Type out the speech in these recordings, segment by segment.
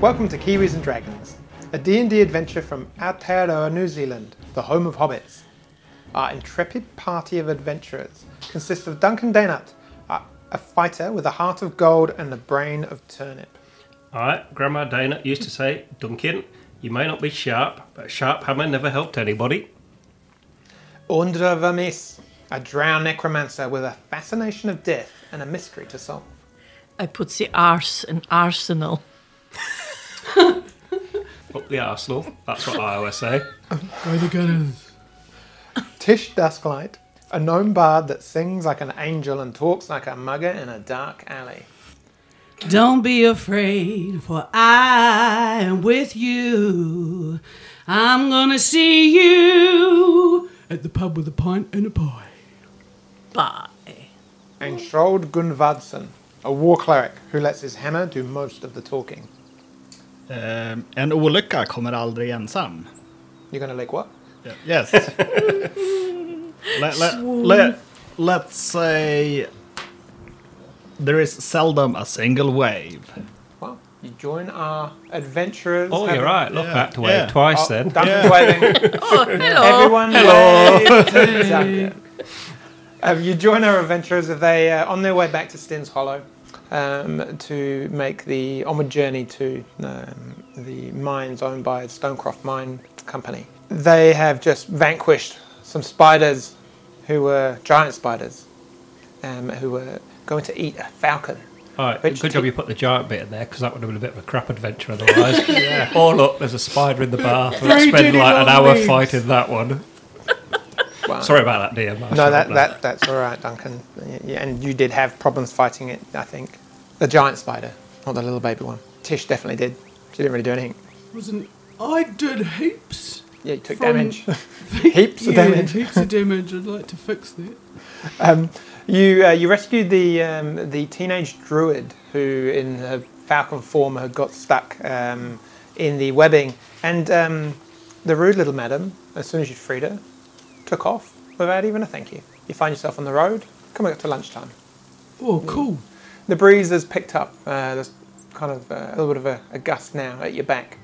Welcome to Kiwis and Dragons, a D&D adventure from Aotearoa, New Zealand, the home of hobbits. Our intrepid party of adventurers consists of Duncan Daynut, a a fighter with a heart of gold and the brain of turnip. I, Grandma Dana, used to say, Duncan, you may not be sharp, but a sharp hammer never helped anybody. Undra Vermis, a drowned necromancer with a fascination of death and a mystery to solve. I put the arse in arsenal. Up the arsenal, that's what I always say. Tish Dusklight, a gnome bard that sings like an angel and talks like a mugger in a dark alley. Don't be afraid, for I am with you. I'm gonna see you at the pub with a pint and a pie. Bye. And Shroud Gunvadsen, a war cleric who lets his hammer do most of the talking. Eh, en olycka kommer aldrig ensam. You're gonna like what? Yes. let, let, let, let's say there is seldom a single wave. Well, you join our adventurers. Oh, having- you're right, look Yeah, back to wave yeah. twice Oh, then. Duncan's waving. Oh, hello. Everyone waves to Duncan. Um, you join our adventurers as they uh, on their way back to Sten's Hollow um, to make the onward journey to um, the mines owned by Stonecroft Mine Company. They have just vanquished some spiders who were giant spiders um, who were going to eat a falcon. Alright, Which good t- job you put the giant bit in there, because that would have been a bit of a crap adventure otherwise. Oh, look, there's a spider in the bath. Let's spend like an hour fighting that one. Wow. Sorry about that, DM. I No, shouldn't that, have. that that's all right, Duncan. Y- y- And you did have problems fighting it, I think. The giant spider, not the little baby one. Tish definitely did. She didn't really do anything. Wasn't I did heaps? Yeah, you took From- damage. heaps of Yeah, damage. Heaps of damage. I'd like to fix that. Um, you uh, you rescued the um, the teenage druid who, in her falcon form, had got stuck um, in the webbing, and um, the rude little madam, as soon as you freed her, took off without even a thank you. You find yourself on the road coming up to lunchtime. Oh, cool. The breeze has picked up. Uh, there's kind of uh, a little bit of a, a gust now at your back,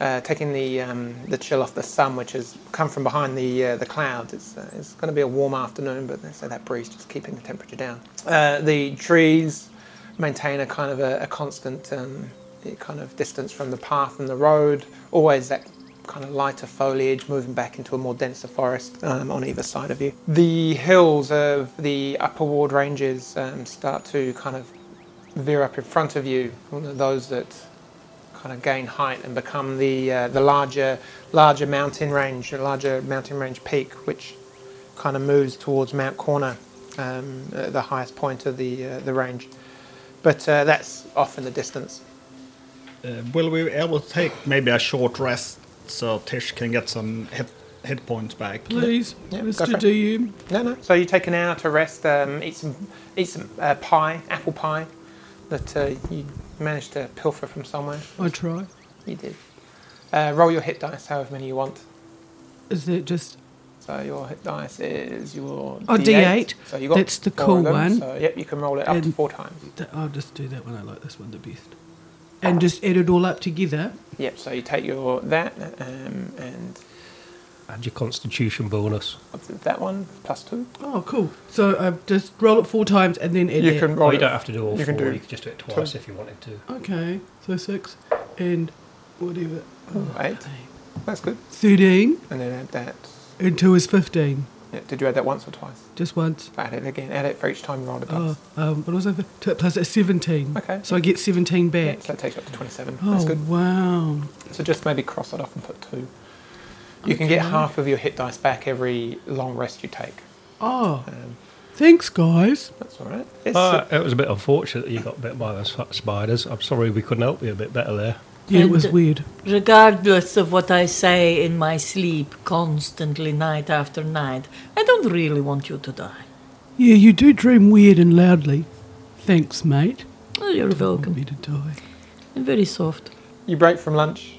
uh, taking the um, the chill off the sun, which has come from behind the uh, the clouds. It's uh, it's going to be a warm afternoon, but they say that breeze just keeping the temperature down. Uh, the trees maintain a kind of a, a constant um, kind of distance from the path and the road. Always that kind of lighter foliage moving back into a more denser forest um, on either side of you. The hills of the upper ward ranges um, start to kind of veer up in front of you. Those that kind of gain height and become the uh, the larger larger mountain range, the larger mountain range peak, which kind of moves towards Mount Corner, um, uh, the highest point of the uh, the range. But uh, that's off in the distance. Eh, will we be able to take maybe a short rest so Tish can get some hit, hit points back? Please, Yeah, go for Mr. it. DM. No, no. So you take an hour to rest, um, eat some eat some uh, pie, apple pie, that uh, you managed to pilfer from somewhere. I try. You did. Uh, roll your hit dice, however many you want. Is that just So your hit dice is your Oh, D8. So you got That's the four cool of them, one. So yep, you can roll it up to And- four times. Th- I'll just do that one. I like this one the best. And just add it all up together. Yep. So you take your that um, and And your constitution bonus. what's it, that one plus two. Oh, cool. So I just roll it four times and then add You that. can roll. Well, Oh, you it- don't have to do all you four, can do you could just do it twice if you wanted to. Okay, so six and whatever. oh, eight. That's good. 13 And then add that. and two is 15. Yeah, did you add that once or twice? Just once. Add it again. Add it for each time you roll a dice. Oh, um, what was that? Two plus that's 17. Okay. So I get 17 back. So that takes you up to 27. That's oh, good. wow. So just maybe cross it off and put two. You can get half of your hit dice back every long rest you take. Oh, Um, thanks, guys. that's all right. It's, Uh, it was a bit unfortunate that you got bit by those fat spiders. I'm sorry we couldn't help you a bit better there. Yeah, it And- was weird. Regardless of what I say in my sleep, constantly, night after night, I don't really want you to die. Yeah, you do dream weird and loudly. Thanks, mate. Oh, you're Want welcome. me to die. I'm very soft. you break from lunch,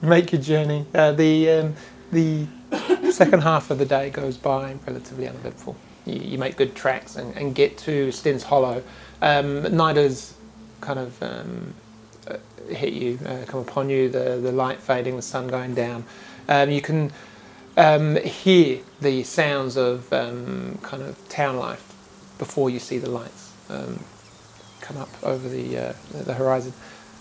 make your journey. Uh, the um, the second half of the day goes by relatively uneventful. You, you make good tracks and, and get to Stins Hollow. Um, Nida's kind of um, uh, hit you, uh, come upon you, the, the light fading, the sun going down. Um, you can um, hear the sounds of um, kind of town life before you see the lights um, come up over the, uh, the horizon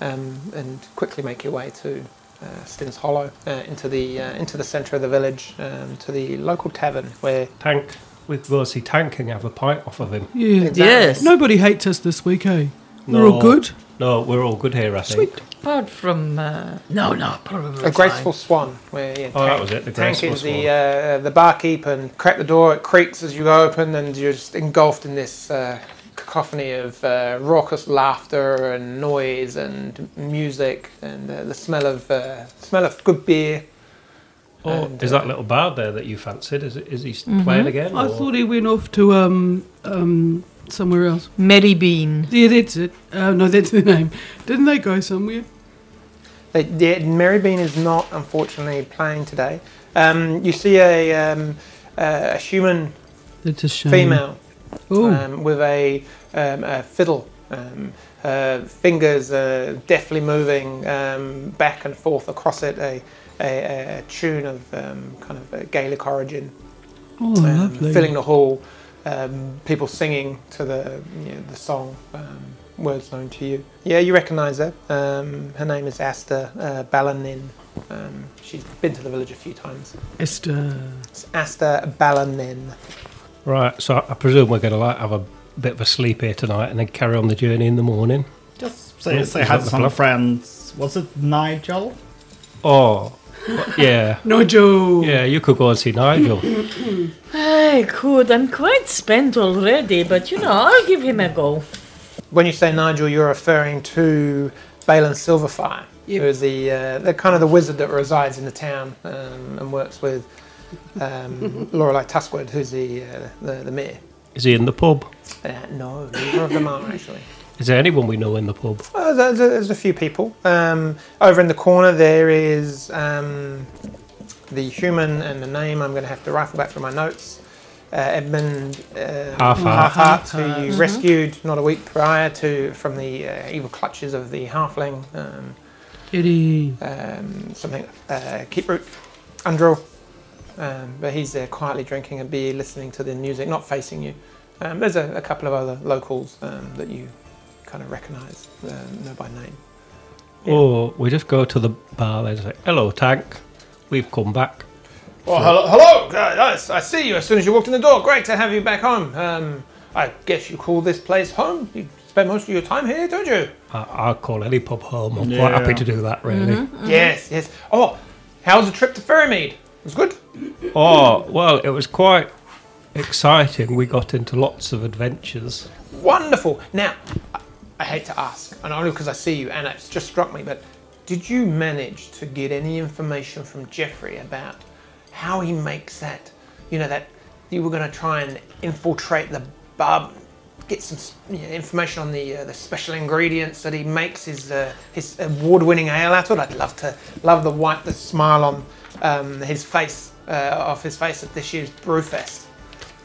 um, and quickly make your way to uh, Stin's Hollow uh, into, the, uh, into the centre of the village um, to the local tavern where. Tank with Versi tanking have a pint off of him. Yeah. Yes. Nobody hates us this week, eh? We're all good. No, we're all good here, I think. Apart from uh, no, no, probably A graceful swan. Where yeah, Oh, that was it, the tank graceful is the uh, the barkeep and crack the door. It creaks as you open, and you're just engulfed in this uh, cacophony of uh, raucous laughter and noise and music and uh, the smell of uh, smell of good beer. Oh, And, is uh, that little bard there that you fancied? Is, it, is he st- playing again? Mm-hmm. I or- thought he went off to um um somewhere else. Mary Bean. Yeah, that's it. Oh no, that's the name. Didn't they go somewhere? They, yeah, Mary Bean is not unfortunately playing today. Um, you see a um, uh, a human That's a shame. female Oh, um, with a, um, a fiddle. Um, her fingers uh, deftly moving um, back and forth across it, a, a, a tune of um, kind of a Gaelic origin, oh, um, lovely. filling the hall, um, people singing to the you know, the song, um, words known to you. Yeah, you recognise her. Um, her name is Asta uh, Balanin. Um, she's been to the village a few times. Esther. It's Asta Balanin. Right, so I presume we're going to like have a bit of a sleep here tonight and then carry on the journey in the morning. Just say, Oh, say is that hi to the some bluff? friends. Was it Nigel? Oh, yeah. Nigel. Yeah, you could go and see Nigel. I could. I'm quite spent already, but you know, I'll give him a go. When you say Nigel, you're referring to Balin Silverfire, who is the, uh, the kind of the wizard that resides in the town um, and works with um, Lorelei Tuskwood, who's the, uh, the the mayor. Is he in the pub? Uh, no, neither of them are actually. Is there anyone we know in the pub? Well, there's, there's a few people. Um, over in the corner, there is um, the human and the name. I'm going to have to rifle back through my notes. Uh, Edmund uh, Half-Heart. Half-Heart, who you rescued not a week prior to from the uh, evil clutches of the halfling. Um, Kitty. um, something, uh, Keep Root, Andrew. Um, but he's there quietly drinking a beer, listening to the music, not facing you. Um, there's a, a couple of other locals um, that you kind of recognise, uh, know by name. Yeah. Or we just go to the bar and say, hello, Tank. We've come back. Well, Oh, hello, hello. Uh, yes, I see you as soon as you walked in the door. Great to have you back home. Um, I guess you call this place home. You spend most of your time here, don't you? I- I'll call any pub home. I'm quite happy Yeah. to do that, really. Mm-hmm. Yes, yes. Oh, how was the trip to Ferrymead? It was good. Oh, well, it was quite exciting. We got into lots of adventures. Wonderful. Now, I, I hate to ask, and only because I see you, and it's just struck me, but did you manage to get any information from Jeffrey about how he makes that, you know, that you were going to try and infiltrate the bar, get some s- you know, information on the uh, the special ingredients that he makes his uh, his award-winning ale out of? I'd love to love the white, the smile on um, his face, uh, off his face at this year's Brewfest.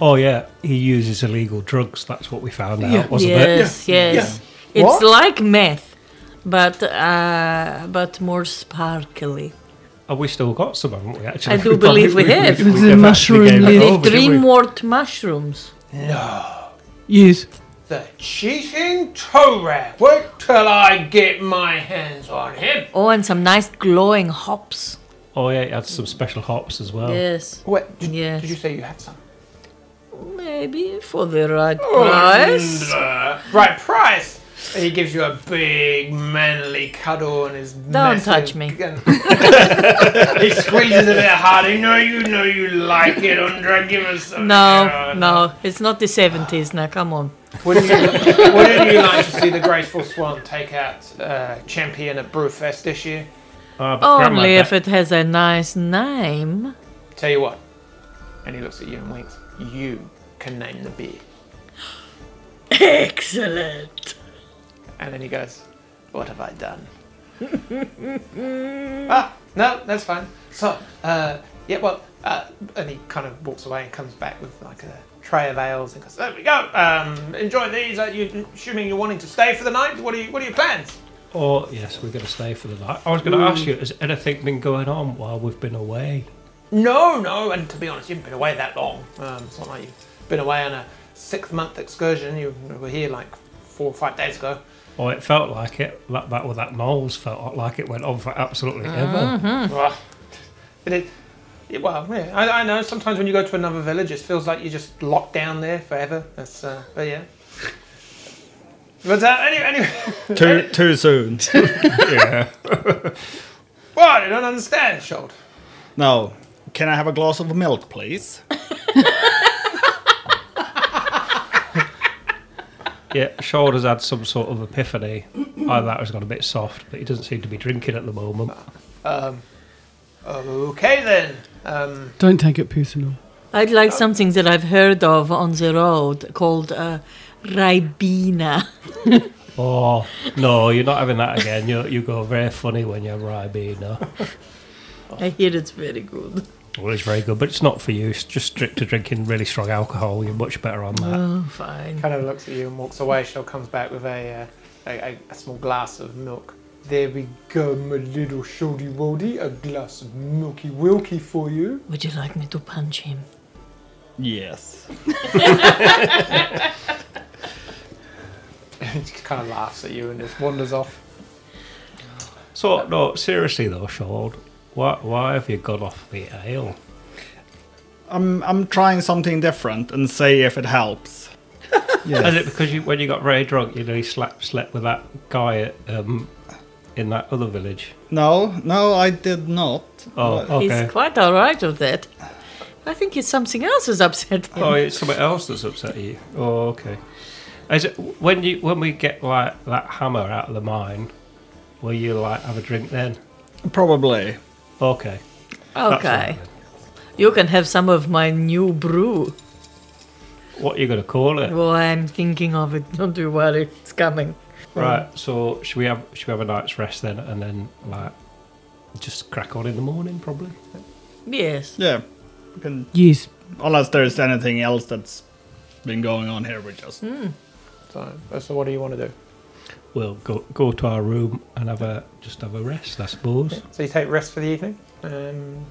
Oh, yeah, he uses illegal drugs. That's what we found out, Yeah. wasn't it? Yes, yes. It's What? like meth, but uh, but more sparkly. Have we still got some, haven't we, actually? I do believe we have. With the never actually mushroom gave it leaf. over, the did we? dreamwort mushrooms. Yes. The cheating toe rat. Wait till I get my hands on him. Oh, and some nice glowing hops. Oh, yeah, he had some special hops as well. Yes, What? Did, Yes. did you say you had some? maybe for the right Oh, price. Right, price. And He gives you a big manly cuddle on his. Don't touch me. he squeezes it out hard. You know, you know, you like it, Undra. Give us some. No, no, it's not the seventies. Now, come on. Wouldn't you, wouldn't you like to see the graceful swan take out uh, champion at Brewfest this year? Ah, but Grandma, Only if that- it has a nice name. Tell you what. And he looks at you and winks. You can name the beer. Excellent. And then he goes, What have I done? ah, no, that's fine. So, uh, yeah, well, uh, and he kind of walks away and comes back with like a tray of ales and goes, There we go. Um, enjoy these. Are you assuming you're wanting to stay for the night? What are, you, what are your plans? Or Oh, yes, we're going to stay for the night. I was going to ask you, has anything been going on while we've been away? No, no, and to be honest, you haven't been away that long. Um, it's not like you've been away on a six month excursion. You were here like four or five days ago. Or Oh, it felt like it. That that well, that Knowles felt like it went on for absolutely ever. Uh-huh. Well, it is, yeah, well yeah, I, I know sometimes when you go to another village, it feels like you're just locked down there forever. That's, uh, but yeah. But uh, anyway, anyway, Too too soon. yeah. well, I don't understand, Shold. No. Can I have a glass of milk, please? Yeah, Shoulder's had some sort of epiphany. Either that or has got a bit soft, but he doesn't seem to be drinking at the moment. Okay then. Um, Don't take it personal. I'd like something that I've heard of on the road called uh, Ribena. Oh, no, you're not having that again. You, you go very funny when you're Ribena. I hear it's very good. Well, it's very good, but it's not for you. It's just strict to drinking really strong alcohol. You're much better on that. Oh, fine. kind of looks at you and walks away. Shell comes back with a, uh, a, a, a small glass of milk. There we go, my little shoddy woldy. A glass of milky wilky for you. Would you like me to punch him? Yes. he just kind of laughs at you and just wanders off. So, no, seriously though, Sean, why, why have you gone off the ale? I'm I'm trying something different and see if it helps. Is it because you, when you got very drunk, you nearly slept, slept with that guy at, um, in that other village? No, no, I did not. Oh, okay. He's quite all right with that. I think it's something else is upset him. Oh, it's something else that's upset you. Oh, okay. Is it when you when we get like that hammer out of the mine? Will you like have a drink then? Probably. Okay. that's all okay. right You can have some of my new brew. then. What are you gonna call it? Well, I'm thinking of it. Don't you worry. It's coming. Right. So should we have should we have a night's rest then, and then like just crack on in the morning probably? Yes. Yeah. We can- Yes. unless there's anything else that's been going on here, we just Hmm? So, uh, so what do you want to do? We'll go go to our room and have a just have a rest, I suppose. So you take rest for the evening. Um,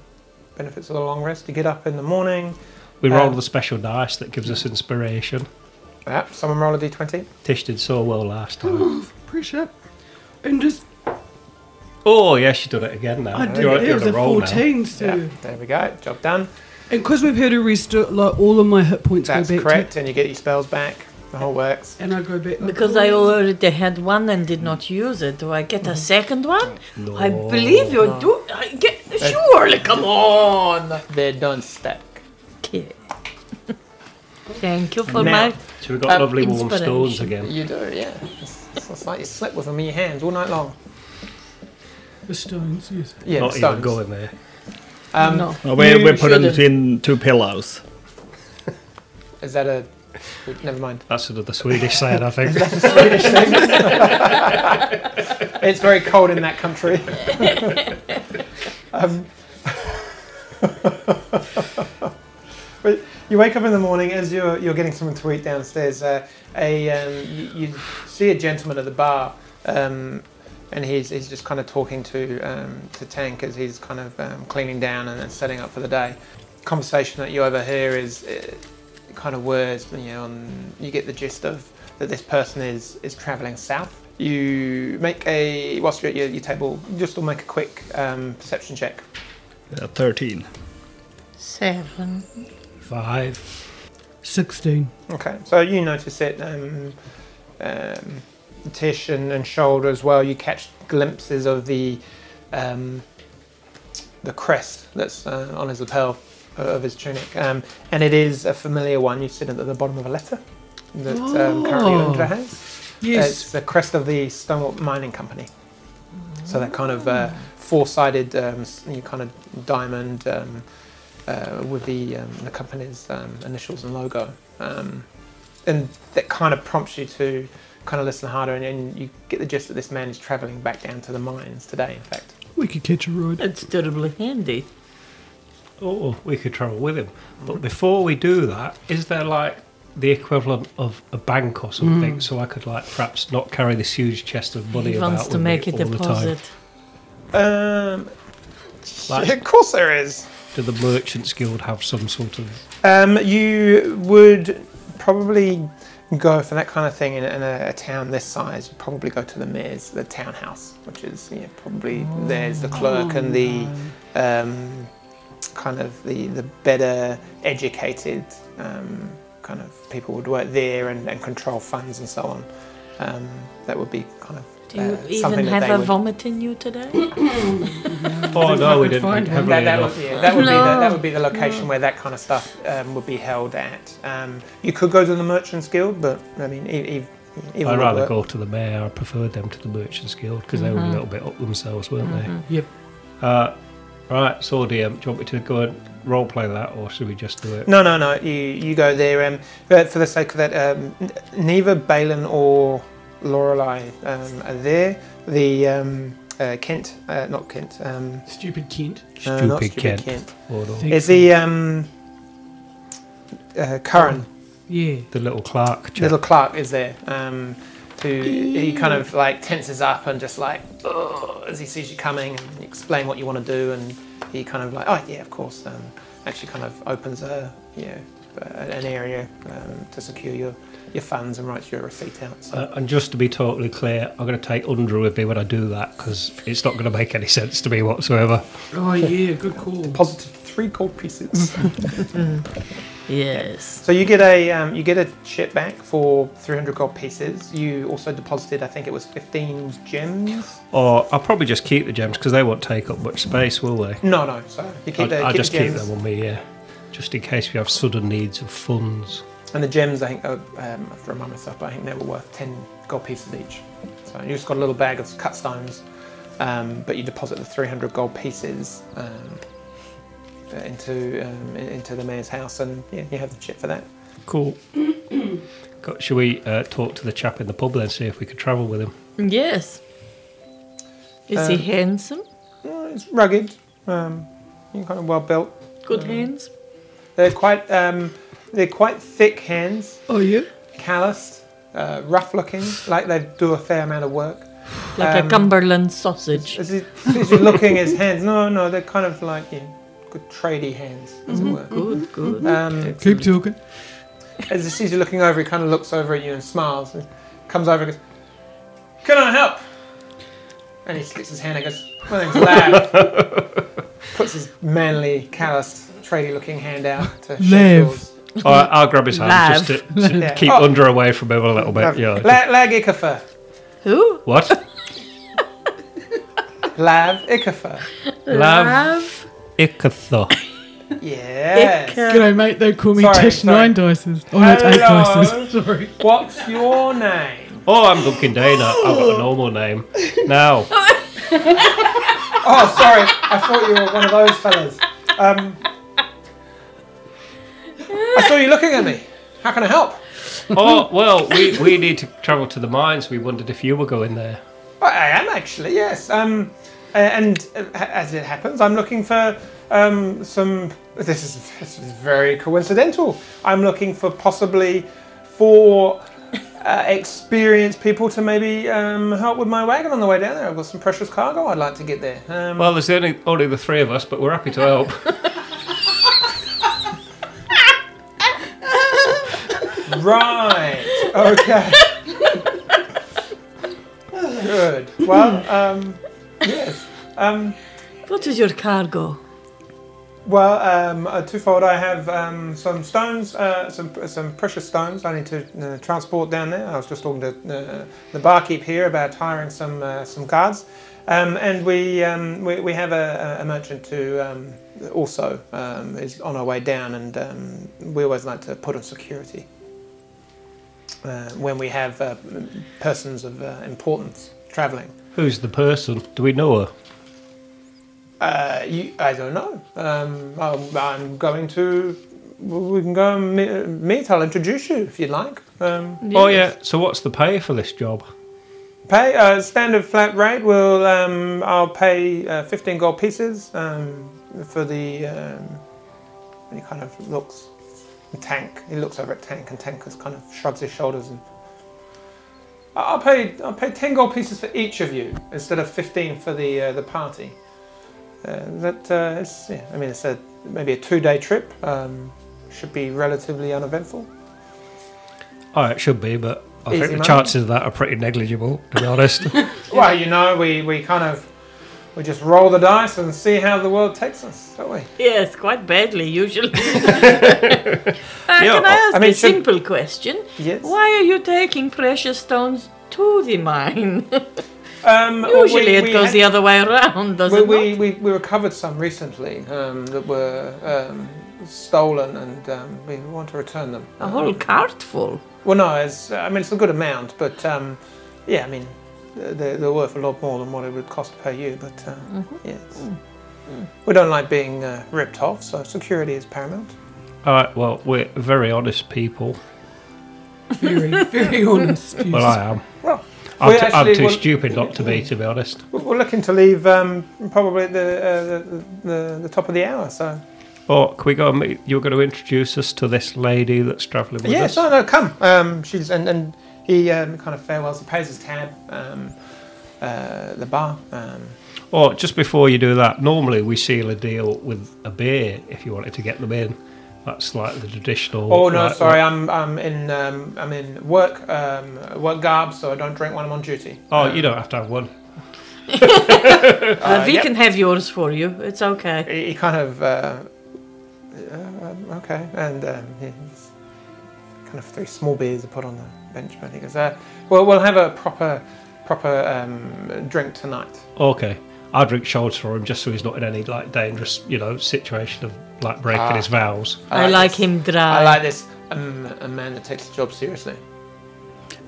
benefits of the long rest. You get up in the morning. We roll Um, the special dice that gives us inspiration. Ah, someone roll a d20. Tish did so well last time. Pressure. And just, oh yeah, she done it again now. I did Oh, You're- it. you're It was on a a roll now. 14, so. Yeah, there we go. Job done. And because we've heard her rest, like, all of my hit points That's go back. correct. And you get your spells back. The whole works. To, and I go back. like, Because I already had one and did not use it. Do I get a second one? I No. believe you do. I get surely. Come on. They're done stack. Okay. Thank you for Now- my. So we got Uh, lovely warm inspiration. stones again. You do, yeah. It's, it's like you slept with them in your hands all night long. The stones, yes. Yeah, Not stones. even going there. Um, no. No, we, You we put it shouldn't. between two pillows. Is that a? Never mind. That's another Swedish saying, I think. It's very cold in that country. um, but you wake up in the morning as you're, you're getting something to eat downstairs. Uh, a um, you, you see a gentleman at the bar, um, and he's, he's just kind of talking to um, to Tank as he's kind of um, cleaning down and then setting up for the day. Conversation that you overhear is uh, kind of words. You know, on, you get the gist of that this person is is traveling south. You make a whilst you're at your, your table, just all make a quick um, perception check. Yeah, 13. Seven. Five. 16. Okay, so you notice it, um, um, Tish and, and Shoulder as well. You catch glimpses of the um, the crest that's uh, on his lapel o- of his tunic, um, and it is a familiar one. You see it at the bottom of a letter that um, currently Oh. Lindra has. It's Yes. the crest of the Stonewall Mining Company. So that kind of uh, four-sided, um, s- you know, kind of diamond um, uh, with the um, the company's um, initials and logo, um, and that kind of prompts you to kind of listen harder, and, and you get the gist that this man is travelling back down to the mines today. In fact, we could catch a ride. That's terribly handy. Oh, we could travel with him. But before we do that, is there like the equivalent of a bank or something, so I could like perhaps not carry this huge chest of money Mm. He about wants with to me make a all the time. deposit. Um, Like- of course there is. Do the Merchants Guild have some sort of Um, you would probably go for that kind of thing in, in a, a town this size. You'd probably go to the mayor's, the townhouse, which is you know, probably there's the clerk and the um, kind of the, the better educated um, kind of people would work there and, and control funds and so on. Um, that would be kind of Do you uh, something even that have they a would vomit in you today? Oh think no, I we could didn't find think one. heavily That, that, enough. would, yeah, that, would be the, No. that would be the location where that kind of stuff um, would be held at. Um, you could go to the Merchants Guild, but I mean, e- e- even I'd would rather work. go to the mayor. I preferred them to the Merchants Guild because they Mm-hmm. were a little bit up themselves, weren't they? Yep. Uh, right, so DM, do you want me to go and role play that, or should we just do it? No, no, no. You you go there, um, but for the sake of that, um, n- neither Balin or Lorelei um, are there. The um, uh, Kent, uh, not Kent. Um, Stupid Kent. no, Stupid, not Kent. Kent. Or the, Think It's the um, uh, Curran. Yeah. the little clerk. chap. little Clark is there. Um, who he kind of like tenses up and just like "Ugh," as he sees you coming and you explain what you want to do and he kind of like oh yeah of course um, actually kind of opens a you know a- an area um, to secure your your funds and writes your receipt out. So Uh, and just to be totally clear, I'm going to take Undra with me when I do that because it's not going to make any sense to me whatsoever. Oh yeah. Good call. positive three gold pieces. Yes. So you get a um, you get a chip back for 300 gold pieces. You also deposited I think it was 15 gems. Or I'll probably just keep the gems because they won't take up much space, will they? No no sorry you keep I'll, the, I'll keep just the keep gems. them on me, yeah, just in case we have sudden needs of funds. And the gems, I think, are, um, I have to remind myself, but I think they were worth 10 gold pieces each. So you just got a little bag of cut stones, um, but you deposit the 300 gold pieces um, uh, into um, in- into the mayor's house, and yeah, you have the chip for that. Cool. Got, should we uh, talk to the chap in the pub then, see if we could travel with him? Yes. Is he Um, handsome? Uh, It's rugged, um, you're kind of well built. Good Um, hands? They're quite um, they're quite thick hands, Oh yeah. calloused, uh, rough looking, like they do a fair amount of work. Like um, a Cumberland sausage. As, he, as you're looking at his hands, no, no, they're kind of like you know, good tradie hands, as it were. Good, good. Um, Keep talking. as he sees you looking over, he kind of looks over at you and smiles and comes over and goes, Can I help? And he sticks his hand and goes, My name's Lav. Puts his manly, calloused, tradie looking hand out to shake Lav. yours. All right, I'll grab his hand just Lav. to, to Yeah. keep Oh. under away from him a little bit. Lav. Yeah. La- Lag Ickafer. Who? What? Lav Ickafer. Lav. Icatha. Yes. G'day, mate. They call me Uh, Sorry, Tish sorry. Nine Dices. Oh, no, it's Eight Hello. Dices. Sorry. What's your name? Oh, I'm Duncan Dana. I've got a normal name. Now, Oh, sorry. I thought you were one of those fellas. Um, I saw you looking at me. How can I help? oh, well, we, we need to travel to the mines. We wondered if you were going there. I Oh, I am actually, yes. Um, a- and uh, a- as it happens, I'm looking for um, some. This is, this is very coincidental. I'm looking for possibly four uh, experienced people to maybe um, help with my wagon on the way down there. I've got some precious cargo I'd like to get there. Um, Well, there's only, only the three of us, but we're happy to help. right. Okay. Good. Well, um, yes. Um, What is your cargo? Well, um, uh, twofold. I have um, some stones, uh, some some precious stones. I need to uh, transport down there. I was just talking to uh, the barkeep here about hiring some uh, some guards, um, and we, um, we we have a, a merchant who um, also um, is on our way down, and um, we always like to put on security uh, when we have uh, persons of uh, importance traveling. Who's the person? Do we know her? Uh, you, I don't know. Um, I'm, I'm going to. We can go and meet, meet. I'll introduce you if you'd like. Um, Oh, yeah. So, what's the pay for this job? pay uh, standard flat rate. Will um, I'll pay uh, fifteen gold pieces um, for the. Um, and he kind of looks And Tank, he looks over at Tank, and Tank just kind of shrugs his shoulders and. "I- I'll pay. I'll pay ten gold pieces for each of you instead of fifteen for the uh, the party. Uh, that uh, it's, yeah, I mean, it's a maybe a two-day trip. Um, should be relatively uneventful. Oh, it should be, but I Easy think the money. chances of that are pretty negligible, to be honest. Well, you know, we, we kind of we just roll the dice and see how the world takes us, don't we? Yes, quite badly usually. uh, Yeah, can I ask I mean, a should- simple question? Yes. Why are you taking precious stones to the mine? Um, well, we- usually it we goes had- the other way around, does we, it we, not? we, we recovered some recently um, that were um, stolen, and um, we want to return them. Um, A whole cart full. Well, no, it's I mean it's a good amount, but um, yeah, I mean they're, they're worth a lot more than what it would cost to pay you. But uh, Mm-hmm. yes, we don't like being uh, ripped off, so security is paramount. All right, well, we're very honest people. Very, very honest. Well, I am. Well, I'm, we t- I'm actually too will- stupid not to be, to be honest. We're- We're looking to leave um, probably at the, uh, the, the the top of the hour, so Oh, can we go and meet? You're going to introduce us to this lady that's travelling with Yes, no, us? no, come. Um, she's and, and he um, kind of farewells. He pays his tab. Um, uh, the bar. Um, Oh, just before you do that, normally we seal a deal with a beer if you wanted to get them in. That's like the traditional. oh no, like- sorry, I'm I'm in um, I'm in work um, work garb, so I don't drink when I'm on duty. Um, oh, you don't have to have one. Uh, we yep. can have yours for you. It's okay. He, he kind of uh, uh, um, okay, and um, he's kind of three small beers are put on the bench, but he goes, uh, "Well, we'll have a proper proper um, drink tonight." Okay, I drink shots for him just so he's not in any like dangerous, you know, situation of like breaking Ah. his vows. I, like this. him uh, I dry. like this. Um, a man that takes his job seriously.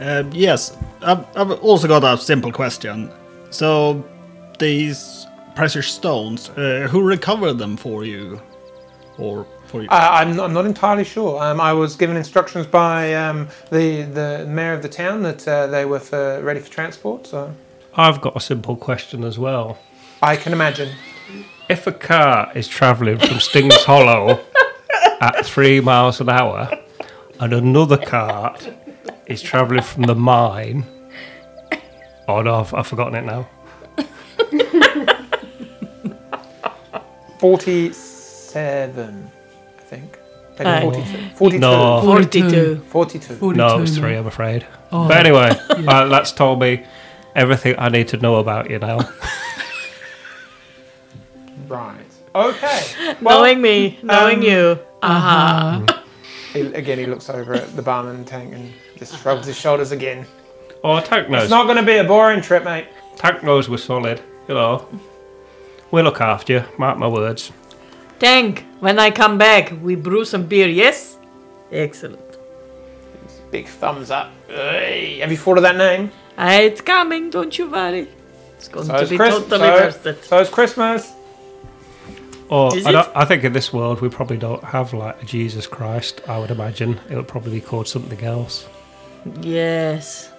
Uh, yes, I've, I've also got a simple question. So, these precious stones, uh, who recovered them for you? Or for Uh, you? I, I'm, I'm not entirely sure. Um, I was given instructions by um, the the mayor of the town that uh, they were for, ready for transport. So I've got a simple question as well. I can imagine. If a car is travelling from Stings Hollow at three miles an hour, and another cart is travelling from the mine, oh no, I've, I've forgotten it now. Forty-seven, I think. Maybe Aye. 42. 42. No. 42. 42. No, it was three, I'm afraid. Oh. But anyway, uh, that's told me everything I need to know about you now. Right. Okay. knowing me, knowing um, you. Aha. He, again, he looks over at the barman tank and just Uh-huh. shrugs his shoulders again. Oh, Tank knows. It's not going to be a boring trip, mate. Tank knows we're solid, you know. We look after you, mark my words. Tank, when I come back, we brew some beer, yes? Excellent. Big thumbs up. Hey, have you thought of that name? Ah, it's coming, don't you worry. It's going So to it's, be Christ- totally worth so, it. so it's Christmas. Oh, Is I, it? don't, I think in this world we probably don't have like a Jesus Christ. I would imagine it would probably be called something else. Yes.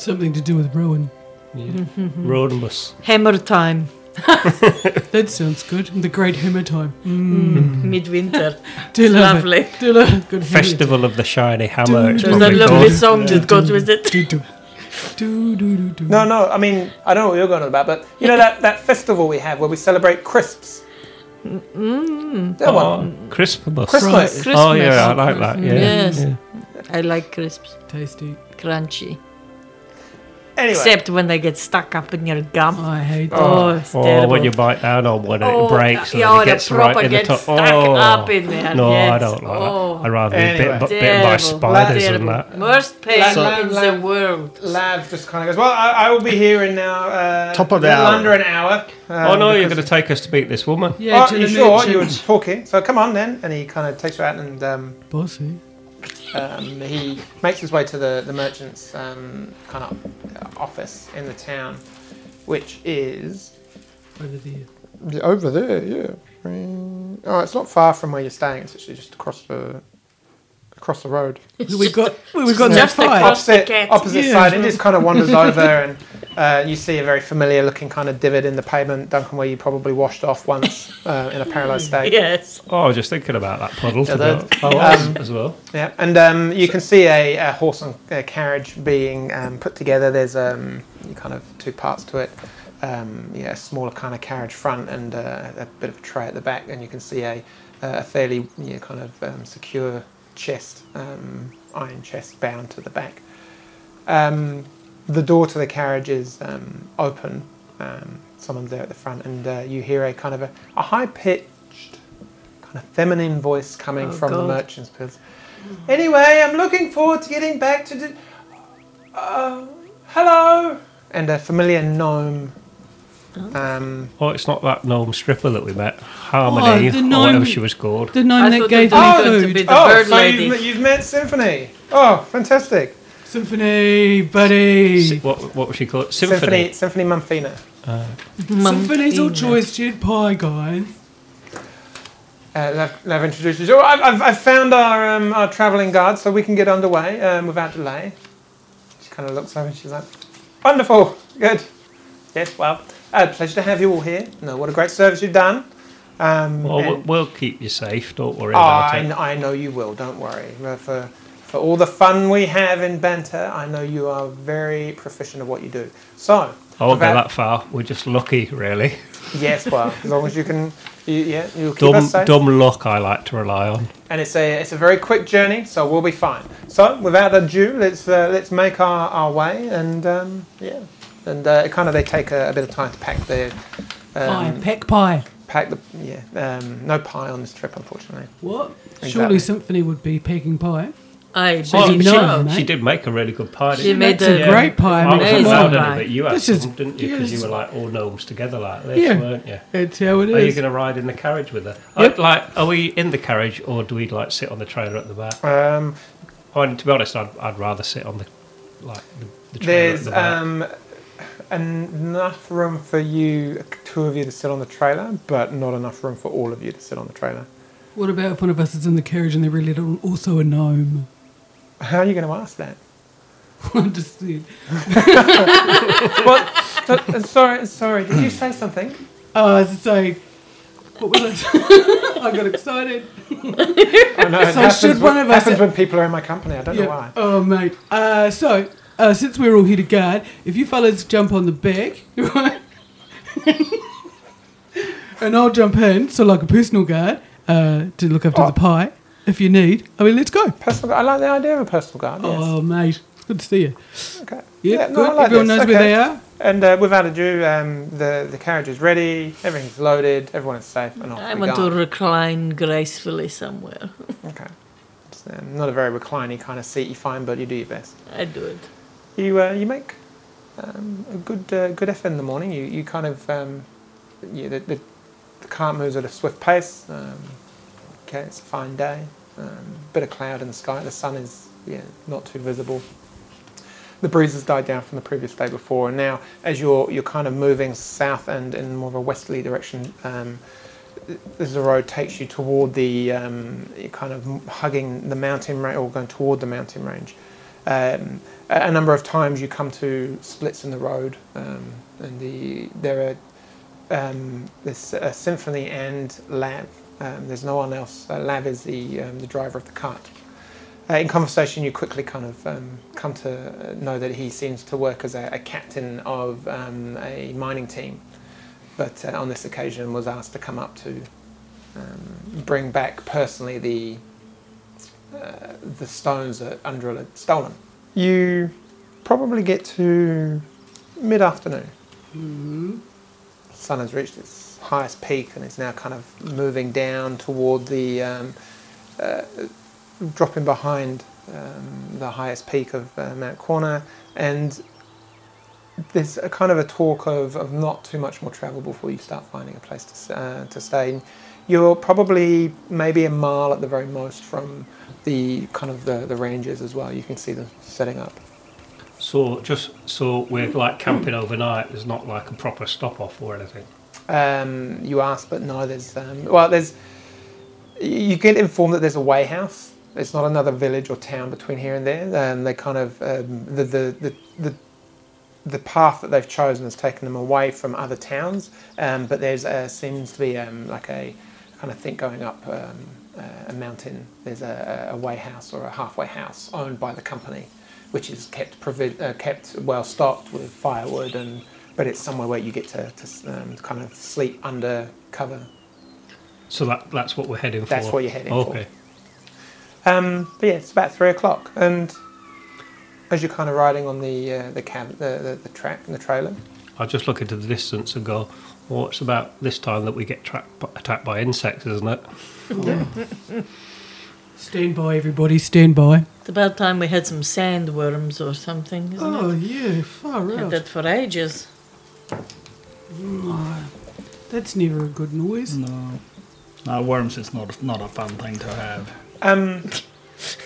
Something to do with Rowan. Mm-hmm. Roadless. Hammer time. That sounds good. The Great Hammer Time. Mm-hmm. Midwinter. Do love it. Lovely. Do love it. Good hammer Festival of the Shiny Hammer. It's There's that probably lovely called. song that goes with it. Do, do. Do, do, do, do. No, no. I mean, I don't know what you're going on about, but you know that, that festival we have where we celebrate crisps. Mm. That one. Oh, Christmas. Christmas. Right. Oh yeah, I like that. Yeah. Yes. yeah. I like crisps. Tasty. Crunchy. Anyway, Except when they get stuck up in your gum. I hate that. Oh, it's Or terrible. when you bite down on one, and Oh, it breaks and yeah, then oh, it the gets right proper in the gets top. stuck oh, up in there. no, I yes. don't like Oh, that. I'd rather be bit, Anyway. Uh, bitten by Terrible. spiders than terrible. that. Worst pain So- in the world. Lav just kind of goes, "Well, I, I will be here in now uh, Top of the little hour. under an hour." um, Oh no, you're going because- to take us to meet this woman. Yeah, oh, to you the sure mansion. you were talking? So come on then, and he kind of takes her out and um, Bossy. um, he makes his way to the, the merchant's um, kind of office in the town, which is Over there. Yeah, over there, yeah. Ring. Oh, it's not far from where you're staying. It's actually just across the across the road. We've got, we've got that just a cross- fight. Across the Opposite, cat. opposite Yeah. side. It just kind of wanders over, and Uh, you see a very familiar looking kind of divot in the pavement, Duncan, where you probably washed off once uh, in a paralyzed state. Yes. Oh, I was just thinking about that puddle. Yeah, forgot. that- oh, um, I was as well. Yeah, and um, you can see a, a horse and a carriage being um, put together. There's um, kind of two parts to it. Um, yeah, a smaller kind of carriage front and uh, a bit of a tray at the back, and you can see a, a fairly you know, kind of um, secure chest, um, iron chest bound to the back. Um, the door to the carriage is um, open. Um, someone's there at the front, and uh, you hear a kind of a, a high pitched, kind of feminine voice coming Oh, from the God. merchant's pills. Anyway, I'm looking forward to getting back to. the uh, hello! And a familiar gnome. Um, Oh, it's not that gnome stripper that we met. Harmony, Oh, the or whatever gnome- she was called. The gnome I that thought gave they me were going to food. be- The oh, bird so lady. you've, you've met Symphony. Oh, fantastic. Symphony, buddy. Si- what, what was she called? Symphony, Symphony. Symphony Mumphina. Symphony's all Mumfina. choice chip pie, guys. Uh, they've, they've introduced you. Oh, I've, I've, I've found our, um, our travelling guard, so we can get underway um, without delay. She kind of looks over and she's like, Wonderful, good. Yes, well, a pleasure to have you all here. No, what a great service you've done. Um, Oh, Well, and- we'll, we'll keep you safe. Don't worry Oh, about I, it. kn- I know you will, don't worry. Uh, For, for all the fun we have in banter, I know you are very proficient at what you do. So, I won't go without- that far. We're just lucky, really. yes, well, as long as you can, you, yeah, you'll keep Dumb, us safe. dumb luck I like to rely on. and it's a it's a very quick journey, so we'll be fine. So without ado, let's uh, let's make our, our way, and um, yeah, and uh, kind of they take a, a bit of time to pack the Pie, um, peck pie. pack the yeah um, no pie on this trip, unfortunately. What? Exactly. Surely Symphony would be pecking pie. I Oh, believe no, so. mate. She did make a really good pie. She didn't made That's a the Yeah. great pie. I I mean, wasn't Amazing come allowed on. any, pie. but you had This is- some, didn't you? Because you were like all gnomes together like this, Yeah. weren't you? That's how it Are you is. going to ride in the carriage with her? Yep. Uh, like, are we in the carriage or do we like sit on the trailer at the back? Um, I, to be honest, I'd, I'd rather sit on the like the, the trailer at There's the back. um, enough room for you, two of you, to sit on the trailer, but not enough room for all of you to sit on the trailer. What about if one of us is in the carriage and they're really little, also a gnome? How are you going to ask that? I just said. what? So- uh, sorry, sorry. Did you say something? Oh, I was just saying. What was I? I got excited. I know. it So happens should when- one of us- happens when people are in my company. I don't know why. Oh, mate. Uh, so, uh, since we're all here to guard, if you fellas jump on the back, right? and I'll jump in, so like a personal guard, uh, to look after Oh. the pie if you need. I mean, let's go. Personal. gu- I like the idea of a personal guard. Yes. Oh, mate. It's good to see you. okay. Yeah, no, good. I like Everyone this. knows where Okay. they are. And uh, without ado, um, the the carriage is ready. Everything's loaded. Everyone is safe. And off I we want go. to recline gracefully somewhere. Okay. It's, um, not a very recliny kind of seat you find, but you do your best. I do it. You uh, you make um, a good uh, good effort in the morning. You you kind of um, you, the, the the cart moves at a swift pace. Um, okay, it's a fine day. Um, bit of cloud in the sky. The sun is yeah not too visible. The breeze has died down from the previous day before, and now as you're you're kind of moving south and in more of a westerly direction. Um, as the road takes you toward the um, you're kind of hugging the mountain range or going toward the mountain range, um, a, a number of times you come to splits in the road, um, and the there are um, there's a symphony and Lav. Um, there's no one else. Uh, Lav is the um, the driver of the cart. Uh, in conversation, you quickly kind of um, come to know that he seems to work as a, a captain of um, a mining team, but uh, on this occasion was asked to come up to um, bring back personally the uh, the stones that Andril had stolen. You probably get to mid afternoon. The sun has reached its highest peak and is now kind of moving down toward the um, uh, dropping behind um, the highest peak of uh, Mount Corner. And there's a kind of a talk of, of not too much more travel before you start finding a place to, s- uh, to stay. And you're probably maybe a mile at the very most from the kind of the, the ranges as well. You can see them setting up. So just so we're like camping overnight. There's not like a proper stop off or anything. Um, you asked, but no, there's um, well, there's you get informed that there's a way house. It's not another village or town between here and there. Um, they kind of um, the, the the the the path that they've chosen has taken them away from other towns, um, but there's uh, seems to be um, like a kind of thing going up um, uh, a mountain. There's a, a way house or a halfway house owned by the company, which is kept provi- uh, kept well stocked with firewood and. But it's somewhere where you get to, to um, kind of sleep under cover So that, that's what we're heading for. That's what you're heading for. okay. Um, but yeah, it's about three o'clock, and as you're kind of riding on the uh, the, cab, the, the the track and the trailer, I just look into the distance and go, well, it's about this time that we get tracked, attacked by insects, isn't it? Stand by, everybody, stand by. It's about time we had some sandworms or something, isn't Oh, it? yeah, far Had that for ages. That's never a good noise. No. No, worms is not, not a fun thing to have. um,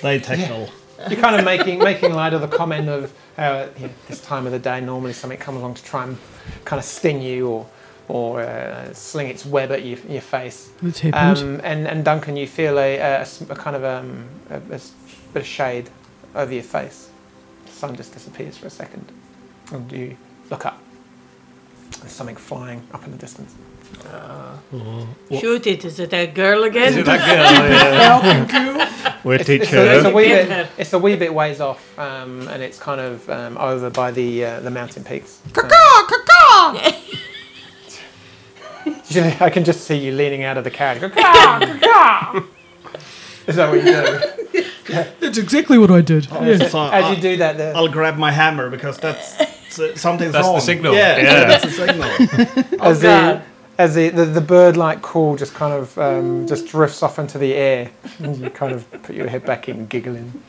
They tickle. you're kind of making making light of the comment of how you know, this time of the day normally something comes along to try and kind of sting you or or uh, sling its web at you, your face. That's happened. Um, and and Duncan, you feel a, a- a s- a kind of um, a, a s- bit of shade over your face. The sun just disappears for a second, and you look up. There's something flying up in the distance. Shoot it. Is it that girl again? Oh, We're It's, it's, a, it's a wee bit, it's a wee bit ways off, um, and it's kind of um, over by the uh, the mountain peaks. Um, I can just see you leaning out of the carriage. Caw, caw. Is that what you do? That's exactly what I did. Yeah. So As I, you do that, the, will grab my hammer because that's s- something's That's the wrong. signal, Yeah, yeah. that's the signal. as the God. as the, the, the bird like call just kind of um, just drifts off into the air and you kind of put your head back in giggling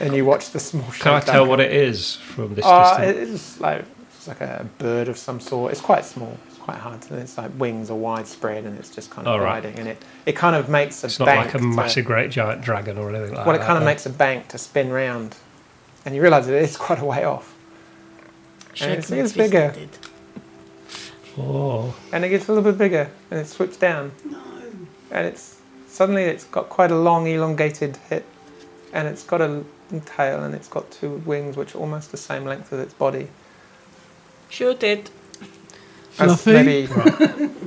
and you watch the small Can I shark tell duck. what it is from this uh, distance? it's like it's like a bird of some sort it's quite small it's quite hard to it's like wings are widespread and it's just kind of Oh, right. riding and it it kind of makes a It's not bank like a to- massive great giant dragon or anything like well uh, it that. kind of no. makes a bank to spin round and you realize that it's quite a way off Shake It's- my it's fist bigger. at it. Oh, and it gets a little bit bigger and it swoops down. And it's suddenly it's got quite a long elongated head and it's got a l- tail and it's got two wings which are almost the same length as its body. Shoot it. That's Fluffy. maybe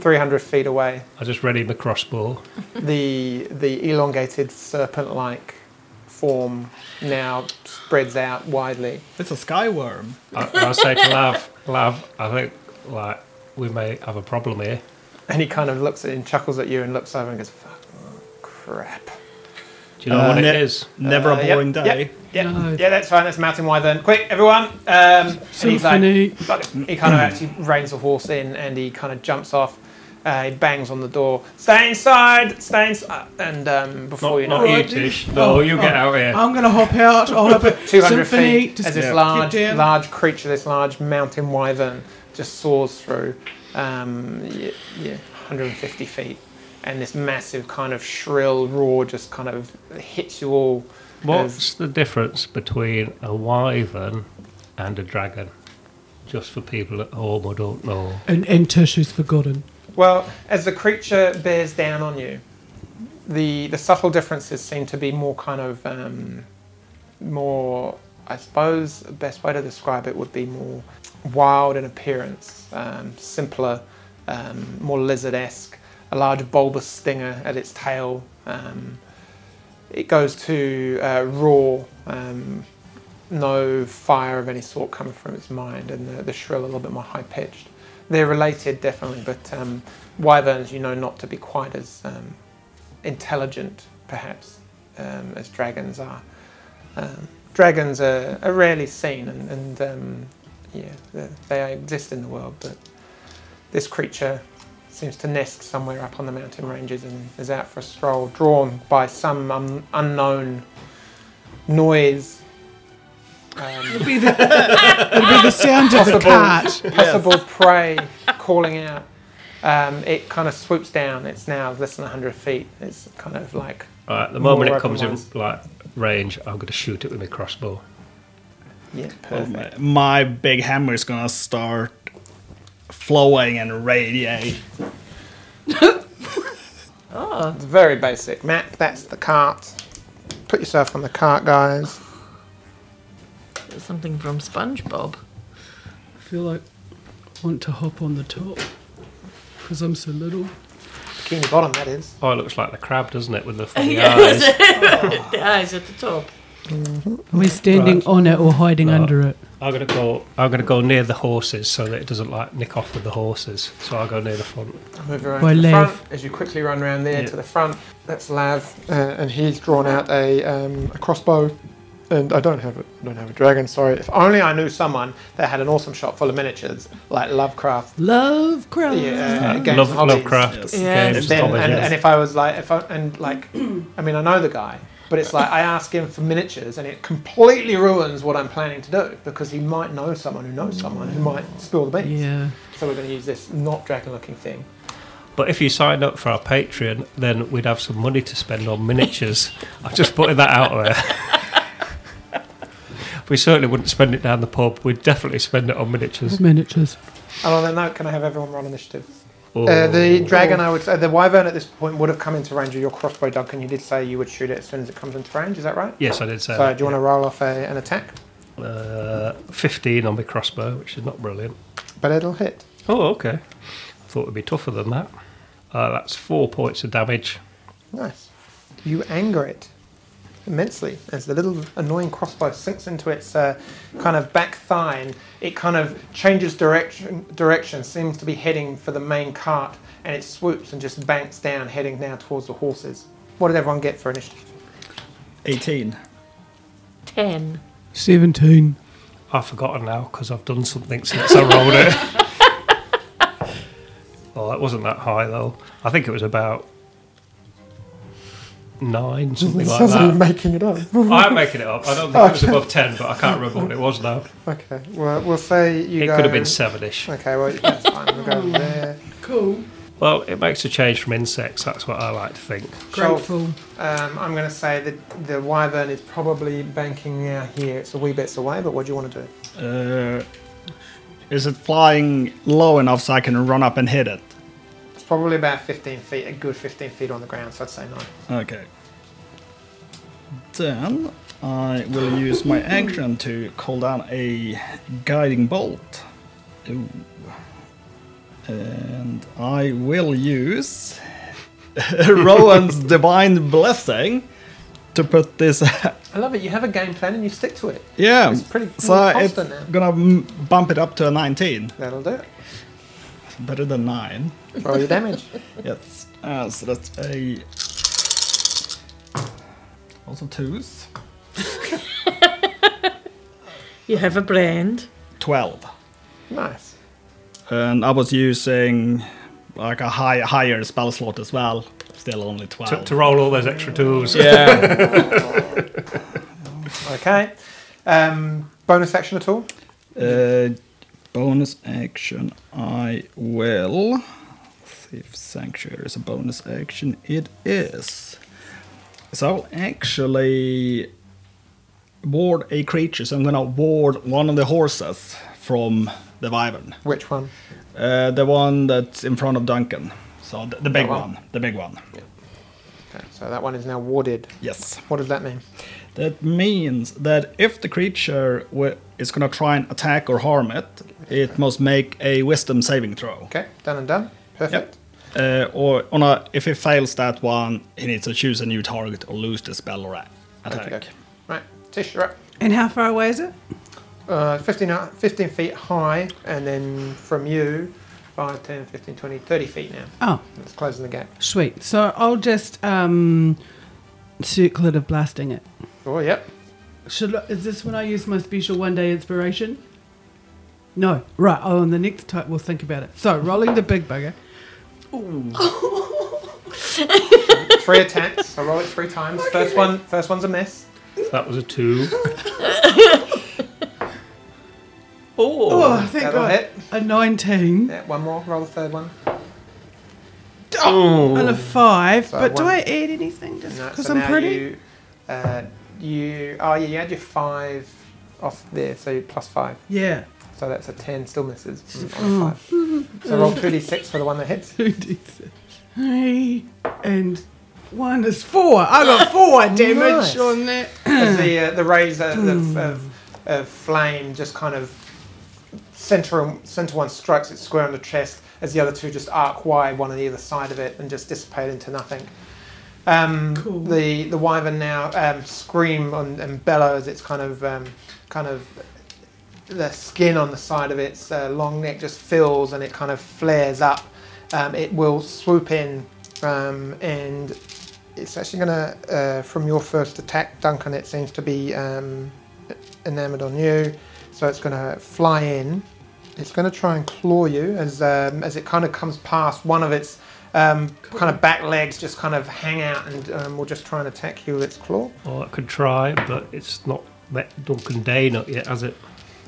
300 feet away. I just ready my crossbow. The the elongated serpent-like form now spreads out widely. it's a sky Uh, worm. I, I say to Lav, Lav, I think like we may have a problem here. And he kind of looks at and chuckles at you and looks over and goes, Fuck, oh, crap. Do you know Uh, what it ne- is? Never Uh, a yep, boring day. yep, yep. No. Yeah, that's fine. That's Mountain Wyvern. Quick, everyone. Um, and he's like, Symphony. But he kind of actually reins the horse in and he kind of jumps off. Uh, he bangs on the door. Stay inside! Stay inside! And um, before Not, you not know you, it, Tish. No, you oh. get out here. I'm gonna hop out. I'll hop 200 at Symphony. feet Just as this get large, down. large creature, this large mountain wyvern, just soars through um, yeah, yeah, 150 feet. And this massive kind of shrill roar just kind of hits you all. What's the difference between a wyvern and a dragon? Just for people at home who don't know. And, and Tish is forgotten. Well, as the creature bears down on you, the the subtle differences seem to be more kind of um, more. I suppose the best way to describe it would be more wild in appearance, um, simpler, um, more lizard-esque. A large bulbous stinger at its tail. Um, it goes to uh, roar. Um, no fire of any sort coming from its mind, and the, the shrill a little bit more high pitched. They're related, definitely, but um, wyverns you know not to be quite as um, intelligent, perhaps, um, as dragons are. Um, dragons are, are rarely seen, and, and um, yeah, they, they exist in the world, but this creature seems to nest somewhere up on the mountain ranges and is out for a stroll, drawn by some um, unknown noise. Um, It'll be the, it'll be the sound of the Possible. cart. possible prey calling out. Um, it kind of swoops down. It's now less than 100 feet. It's kind of like Right, the moment More it comes in weaponized. like range, I'm going to shoot it with my crossbow. yeah, Oh, perfect. my, my big hammer is gonna start flowing and radiate. It's very basic. Map. That's the cart. Put yourself on the cart, guys. Something from SpongeBob. feel like I want to hop on the top because I'm so little. Bikini bottom, that is. Oh, it looks like the crab, doesn't it, with the funny Yeah, eyes? the eyes at the top. Are we standing Right. on it or hiding No. under it? I'm gonna go. I'm gonna go near the horses so that it doesn't like nick off with the horses. So I'll go near the front. Move around Well, to the Lev. front as you quickly run round there Yeah. to the front. That's Lav, uh, and he's drawn out a, um, a crossbow. And I don't have a, I don't have a dragon. Sorry. If only I knew someone that had an awesome shop full of miniatures like Lovecraft. Love crowds. Yeah, uh, Games Love, and Hobbies. Lovecraft Yes. Yeah. games, And, then, hobbies, and, yes. and if I was like, if I, and like, I mean, I know the guy, but it's like I ask him for miniatures, and it completely ruins what I'm planning to do because he might know someone who knows someone who might spill the beans. Yeah. So we're going to use this not dragon-looking thing. But if you signed up for our Patreon, then we'd have some money to spend on miniatures. I'm just putting that out there. we certainly wouldn't spend it down the pub. We'd definitely spend it on miniatures. Miniatures. And on that note, can I have everyone roll initiative? Oh, Uh, the dragon, I would say, the wyvern at this point would have come into range of your crossbow, Duncan. You did say you would shoot it as soon as it comes into range. Is that right? yes, I did say. So, that, do you want to roll off a, an attack? yeah. uh, 15 on my crossbow, which is not brilliant. But it'll hit. Oh, okay. Thought it'd be tougher than that. Uh, that's four points of damage. Nice. You anger it immensely as the little annoying crossbow sinks into its uh, kind of back thigh and it kind of changes direction, direction, seems to be heading for the main cart, and it swoops and just banks down, heading now towards the horses. What did everyone get for initiative? 18. Ten. 17. I've forgotten now because I've done something since I rolled it. oh, it wasn't that high though. I think it was about nine, something like that. making it up. I'm making it up. I don't think it was above ten, but I can't remember what it was now. okay, well, we'll say you It go- could have been seven-ish. Okay, well, that's fine. We'll go over there. Cool. Well, it makes a change from insects. That's what I like to think. So, Grateful. um, I'm going to say that the wyvern is probably banking now here. It's a wee bit away, but what do you want to do? Uh, is it flying low enough so I can run up and hit it? It's probably about 15 feet, a good 15 feet on the ground, so I'd say no. Okay. Then I will use my action to call down a guiding bolt. Ooh. And I will use Rowan's divine blessing to put this. I love it. You have a game plan and you stick to it. yeah. It's pretty- so pretty it's constant eh? now. gonna m- bump it up to a 19. That'll do it. Better than nine. Roll your damage. Yes. Uh, so that's a. Also twos. You have a brand. 12. Nice. and I was using like a high, higher spell slot as well. Still only To, twelve. to roll all those extra tools. yeah. Okay. Um, bonus action at all? uh, bonus action. I will. Thief Sanctuary is a bonus action. It is. So I'll actually ward a creature. So I'm gonna ward one of the horses from the wyvern. Which one? Uh, the one that's in front of Duncan. So the, the Oh, big one. one. The big one. Okay, so that one is now warded. Yes. What does that mean? That means that if the creature wi- is going to try and attack or harm it, it must make a wisdom saving throw. Okay, done and done. Perfect. Uh, or on a, if it fails that one, he needs to choose a new target or lose the spell or a- attack. Okay. Right. Tish, you're up. And how far away is it? Uh, 15, uh, 15 feet high, and then from you, 5, 10, 15, 20, 30 feet now. Oh, It's closing the gap. sweet. So I'll just um, circulative blasting it. Oh, yep. Should I, is this when I use my special one day inspiration? No. Right. Oh, on the next type, we'll think about it. So rolling the big bugger. Three attacks. I roll it three times. First one, first one's a miss. That was a two. Oh, Oh, thank That'll God. hit. A 19 Yeah, one more. Roll the third one. and a 5. Oh. So but do one- I add anything just No, because so I'm now pretty? You, uh, you, oh yeah, you had your five off there, so you plus five. Yeah. So that's a ten, still misses mm, Hmm. on a five. So roll two d six for the one that hits. 2d6. Three and 1 is 4. I got 4 damage Nice. on that. As the uh, the rays of, of, of, of flame just kind of center center one strikes it square on the chest as the other two just arc wide one on either side of it and just dissipate into nothing. Um, Cool. The the wyvern now um, scream on, and bellow as its kind of um, kind of the skin on the side of its uh, long neck just fills and it kind of flares up. Um, it will swoop in um, and it's actually going to, uh, from your first attack, Duncan, it seems to be um, enamored on you. So it's going to fly in. It's going to try and claw you as um, as it kind of comes past. One of its um, kind of back legs just kind of hang out and um, will just try and attack you with its claw. Well, I could try, but it's not met Duncan Day not yet, has it?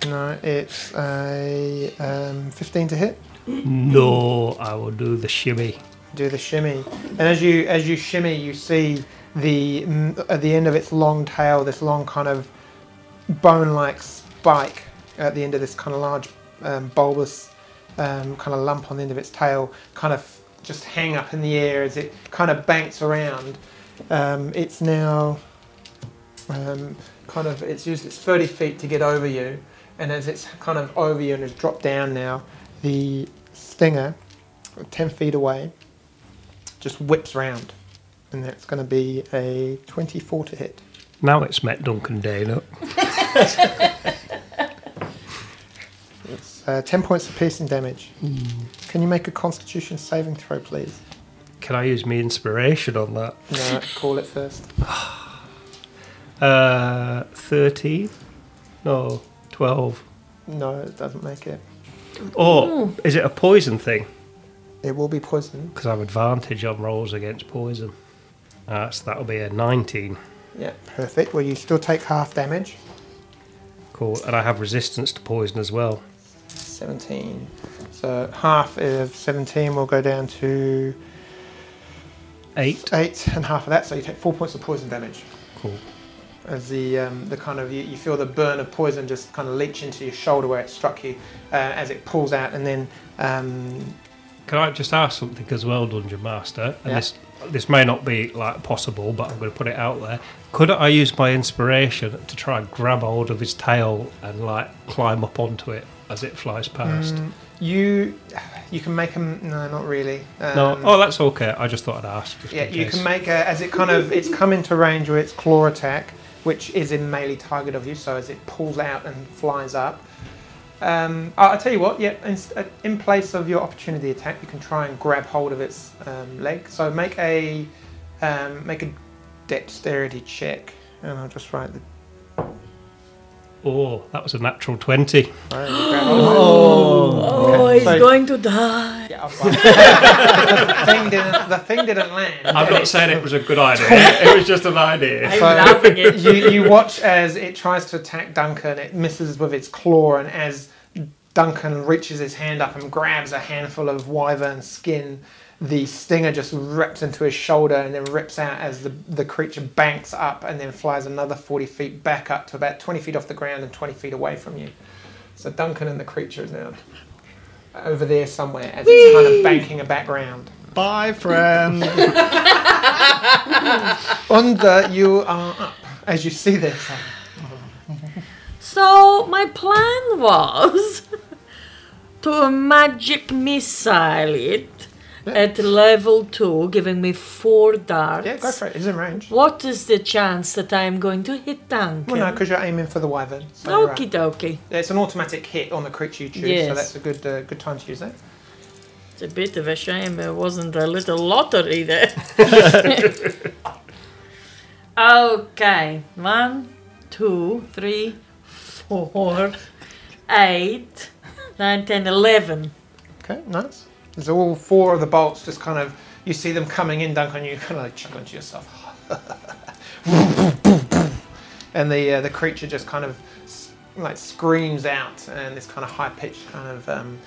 No, it's a um, 15 to hit. No, I will do the shimmy. do the shimmy and as you as you shimmy you see the mm, at the end of its long tail this long kind of bone like spike at the end of this kind of large um, bulbous um, kind of lump on the end of its tail kind of just hang up in the air as it kind of banks around um, it's now um, kind of it's used its 30 feet to get over you and as it's kind of over you and has dropped down now the stinger 10 feet away just whips round, and that's going to be a 24 to hit. Now it's met Duncan Day, look. It's uh, 10 points of piercing damage. Can you make a Constitution saving throw, please? Can I use my inspiration on that? No, call it first. Uh, 13? No, 12. No, it doesn't make it. Oh, is it a poison thing? It will be poison. Because I have advantage on rolls against poison. Uh, so that'll be a 19. Yeah, perfect. Well, you still take half damage. Cool. And I have resistance to poison as well. 17. So half of 17 will go down to 8. 8, and half of that, so you take 4 points of poison damage. Cool. as the um, the kind of you, you feel the burn of poison just kind of leach into your shoulder where it struck you uh, as it pulls out and then um, Can I just ask something as well, Dungeon Master? And Yeah. this this may not be like possible, but I'm going to put it out there. Could I use my inspiration to try and grab hold of his tail and like climb up onto it as it flies past? you you can make them no not really um, no, oh, that's okay. I just thought I'd ask. just yeah in you case. can make a, as it kind of it's come into range with its claw attack which is in melee target of you so as it pulls out and flies up um, I- I'll tell you what yeah in, uh, in place of your opportunity attack you can try and grab hold of its um, leg so make a um, make a dexterity check and I'll just write the Oh, that was a natural twenty. Alright, we'll grab hold of it. Oh, he's so- going to die. Yeah, I'll find it. the, thing didn't, the thing didn't land. I'm not saying it was a good idea. it was just an idea. I'm So- laughing at you. you, you watch as it tries to attack Duncan, it misses with its claw, and as Duncan reaches his hand up and grabs a handful of wyvern skin, the stinger just rips into his shoulder and then rips out as the, the creature banks up and then flies another 40 feet back up to about 20 feet off the ground and 20 feet away from you. So Duncan and the creature is now over there somewhere as it's kind of banking a background. Bye, friend. Under, you are up. As you see this, So my plan was to magic missile it at level two, giving me four darts. yeah, go for it. It's in range. What is the chance that I am going to hit Duncan? Well, no, because you're aiming for the wyvern. So you're Okie right. dokie. It's an automatic hit on the creature you choose, so Yes. that's a good uh, good time to use that. It's a bit of a shame there wasn't a little lottery there. okay, one, two, three, four, eight, nine, ten, eleven. Okay, nice. There's all four of the bolts just kind of you see them coming in, Duncan. You kind of like chuckle to yourself, and the uh, the creature just kind of s- like screams out, and this kind of high pitched kind of um,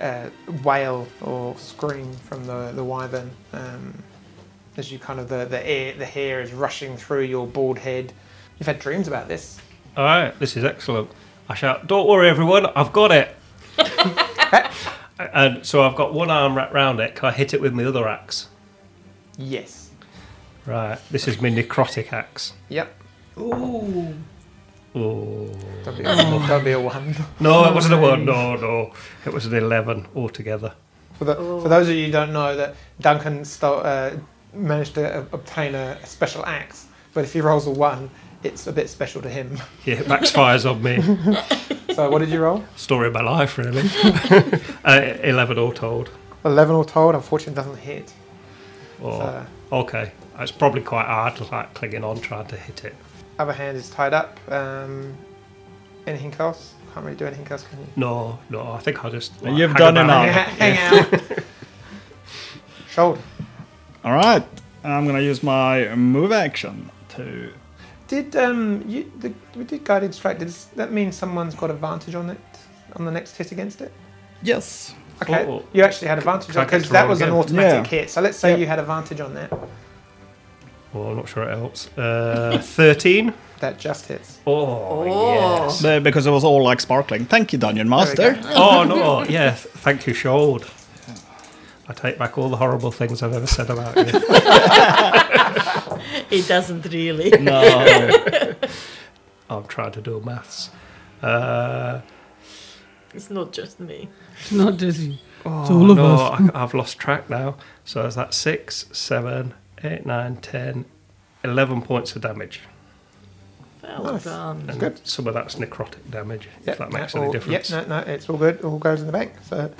uh, wail or scream from the the wyvern. Um, as you kind of the the air the hair is rushing through your bald head. You've had dreams about this. All right, this is excellent. I shout, "Don't worry, everyone! I've got it." and so I've got one arm wrapped round it. Can I hit it with my other axe? Yes. Right, this is my necrotic axe. Yep. Ooh. Oh. Don't be, a, don't be a one. No, it wasn't a one. No, no. It was an 11 altogether. For, the, for those of you who don't know, that Duncan stole, uh, managed to uh, obtain a, a special axe, but if he rolls a one, it's a bit special to him. Yeah, it backfires on me. So what did you roll? Story of my life, really. uh, 11 all told. Eleven all told. Unfortunately, doesn't hit. Oh, So- okay. It's probably quite hard, like clinging on, trying to hit it. Other hand is tied up. Um, anything else? Can't really do anything else, can you? No, no. I think I just. like, You've hang done about. enough. Yeah, hang out. Shoulder. All right. I'm gonna use my move action to. Did um you the, we did guided strike? Does that mean someone's got advantage on it on the next hit against it? Yes. Okay, Oh. you actually had advantage Can I on get because to that roll was an again? automatic Yeah. hit. So let's say Yep. you had advantage on that. Oh, I'm not sure it helps. Uh, 13. That just hits. Oh, Oh. yes. Uh, Because it was all like sparkling. Thank you, Dungeon There Master. we go. Oh, no. Yeah, th- thank you, Shold. I take back all the horrible things I've ever said about you. It doesn't really. No. I'm trying to do maths. Uh, It's not just me. It's not dizzy. oh, all of no, us. I, I've lost track now. So is that six, seven, eight, nine, ten, eleven points of damage. Well Nice. done. And good. some of that's necrotic damage, Yep, if that makes no, any all- difference. Yep, no, no, it's all good. All goes in the bank. So,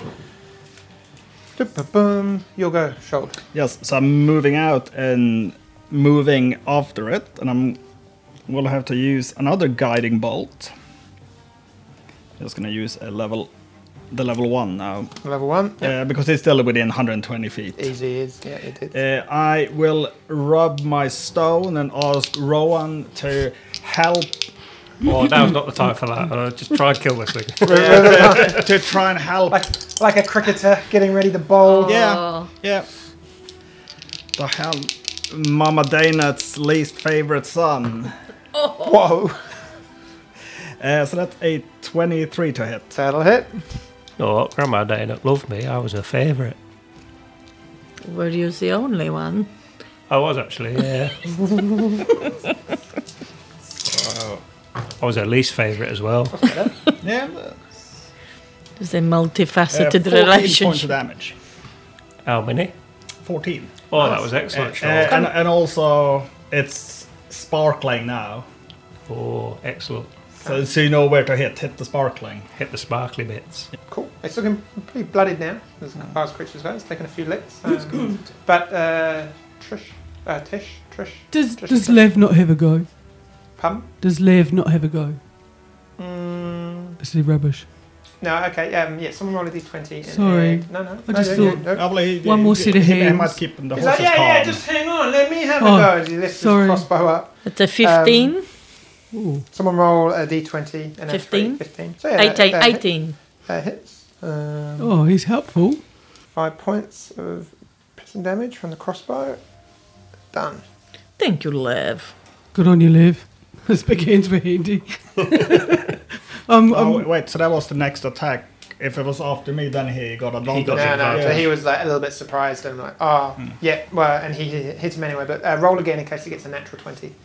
boom, you'll go shoulder. yes. So I'm moving out and moving after it, and I'm will have to use another guiding bolt. Just gonna use a level, the level one now, Level one. Yep. uh, because it's still within 120 feet. Easy is yeah, it did. Uh, I will rub my stone and ask Rowan to help Well, Oh, now's not the time for that. I'll just try and kill this thing. to try and help. like like a cricketer getting ready to Oh. bowl. Oh. Yeah, yeah. The hell, Mama Dana's least favorite son. Oh. Whoa, Uh, so that's a 23 to hit. that'll hit. no, Oh, Grandma didn't love me. I was her favourite. Were you the only one? I was actually, yeah. So, I was her least favourite as well. Yeah, It's a uh, multifaceted 14 Eh, points of relationship. damage. How many? 14. Oh, that was Uh, excellent, uh, Sean. and, and also, it's sparkling now. oh, excellent. Ah. So, so you know where to hit. Hit the sparkling. Hit the sparkly bits. Cool. It's looking pretty blooded now. As Mm. far as creatures go, it's taken a few licks. Um, but uh, Trish, uh, Tish, Trish, Does Just does a- Lev not have a go? Pum. Does Lev not have a go? Mm, It's the rubbish. no, okay. Um, yeah, someone roll a d20. and- Sorry. uh, no, no. I no, no, just thought- no, no. Probably One more set of he- he hands. might keep the He's horses like, yeah, calm. yeah, just hang on. Let me have Oh, a go. And He lifts sorry. his crossbow up. It's a 15, Ooh. Someone roll a d20 and a 15? 3, 15. So yeah, uh, that- 18, that hit- 18. That hits. Um, Oh, he's helpful. Five points of piercing damage from the crossbow. Done. Thank you, Lev. Good on you, Lev. This big hands were handy. um, Oh, um, wait, wait, so that was the next attack. If it was after me, then he got advantage. got No, no. advantage. So he was like a little bit surprised and like, oh, yeah. Well, and he hit hit him anyway. But uh, roll again in case he gets a natural twenty.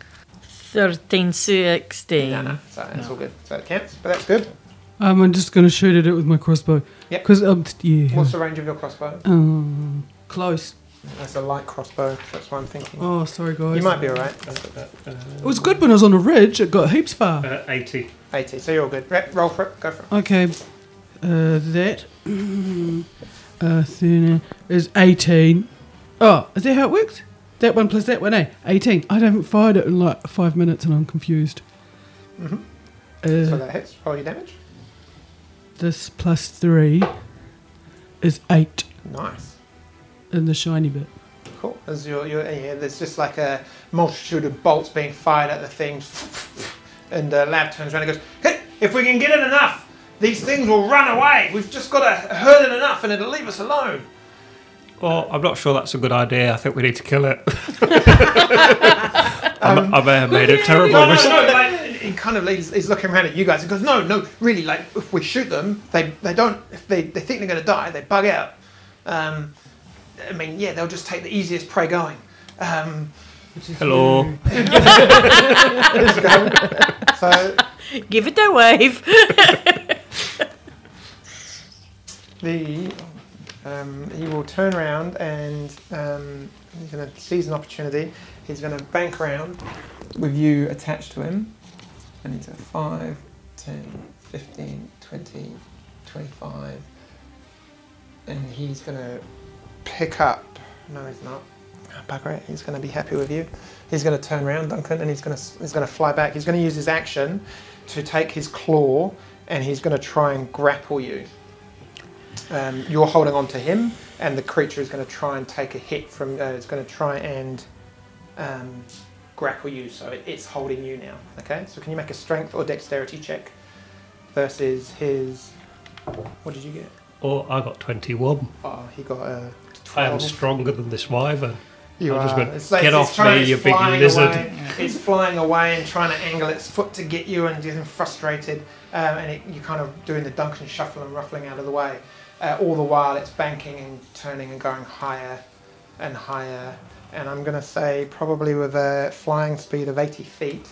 13, 16. No, no. So that's all good. So it counts. But that's good. um, I'm just going to shoot at it with my crossbow. Yep. Because, um, t- yeah. What's the range of your crossbow? Um, close. That's a light crossbow. That's what I'm thinking. Oh, sorry, guys. You might be all right. It was good when I was on a ridge. It got heaps far. Uh, 80. Eighty. So you're all good. Re- roll for it. Go for it. Okay, uh, that uh, thirty is eighteen. Oh, is that how it works? That one plus that one, eh? Eighteen. I haven't fired it in like five minutes, and I'm confused. Mm-hmm. So Uh, that hits. Roll your damage. this plus three is eight Nice. in the shiny bit. Cool. As you're, you're, yeah, there's just like a multitude of bolts being fired at the things, and uh, Lav turns around and goes, "Hey, if we can get in enough, these things will run away. We've just got to hurt it enough, and it'll leave us alone." Oh, I'm not sure that's a good idea. I think we need to kill it. I'm- I may have made a terrible No, no, mistake. no, like, he kind of he's, he's looking around at you guys and goes, "No, no, really, like if we shoot them, they they don't. If they they think they're going to die, they bug out. Um, I mean, yeah, they'll just take the easiest prey going. Um, Hello. So Give it a wave. the um, he will turn around and um, he's going to seize an opportunity. He's going to bank around with you attached to him. And he's a 5, 10, 15, 20, 25. And he's going to pick up. No, he's not. Ah, Bugger it. He's going to be happy with you. He's going to turn around, Duncan, and he's going to he's going to fly back. He's going to use his action to take his claw and he's going to try and grapple you. Um, you're holding on to him, and the creature is going to try and take a hit from. Uh, it's going to try and um, grapple you, so it, it's holding you now. Okay, so can you make a strength or dexterity check versus his? What did you get? Oh, I got 21. Oh, he got a. I am 12. stronger than this wyvern. You I just went, It's like- it's "Get off trying- me, it's you big flying lizard." away- It's flying away and trying to angle its foot to get you and getting frustrated. Um, and it, you're kind of doing the Duncan shuffle and ruffling out of the way. Uh, all the while it's banking and turning and going higher and higher. And I'm going to say, probably with a flying speed of 80 feet,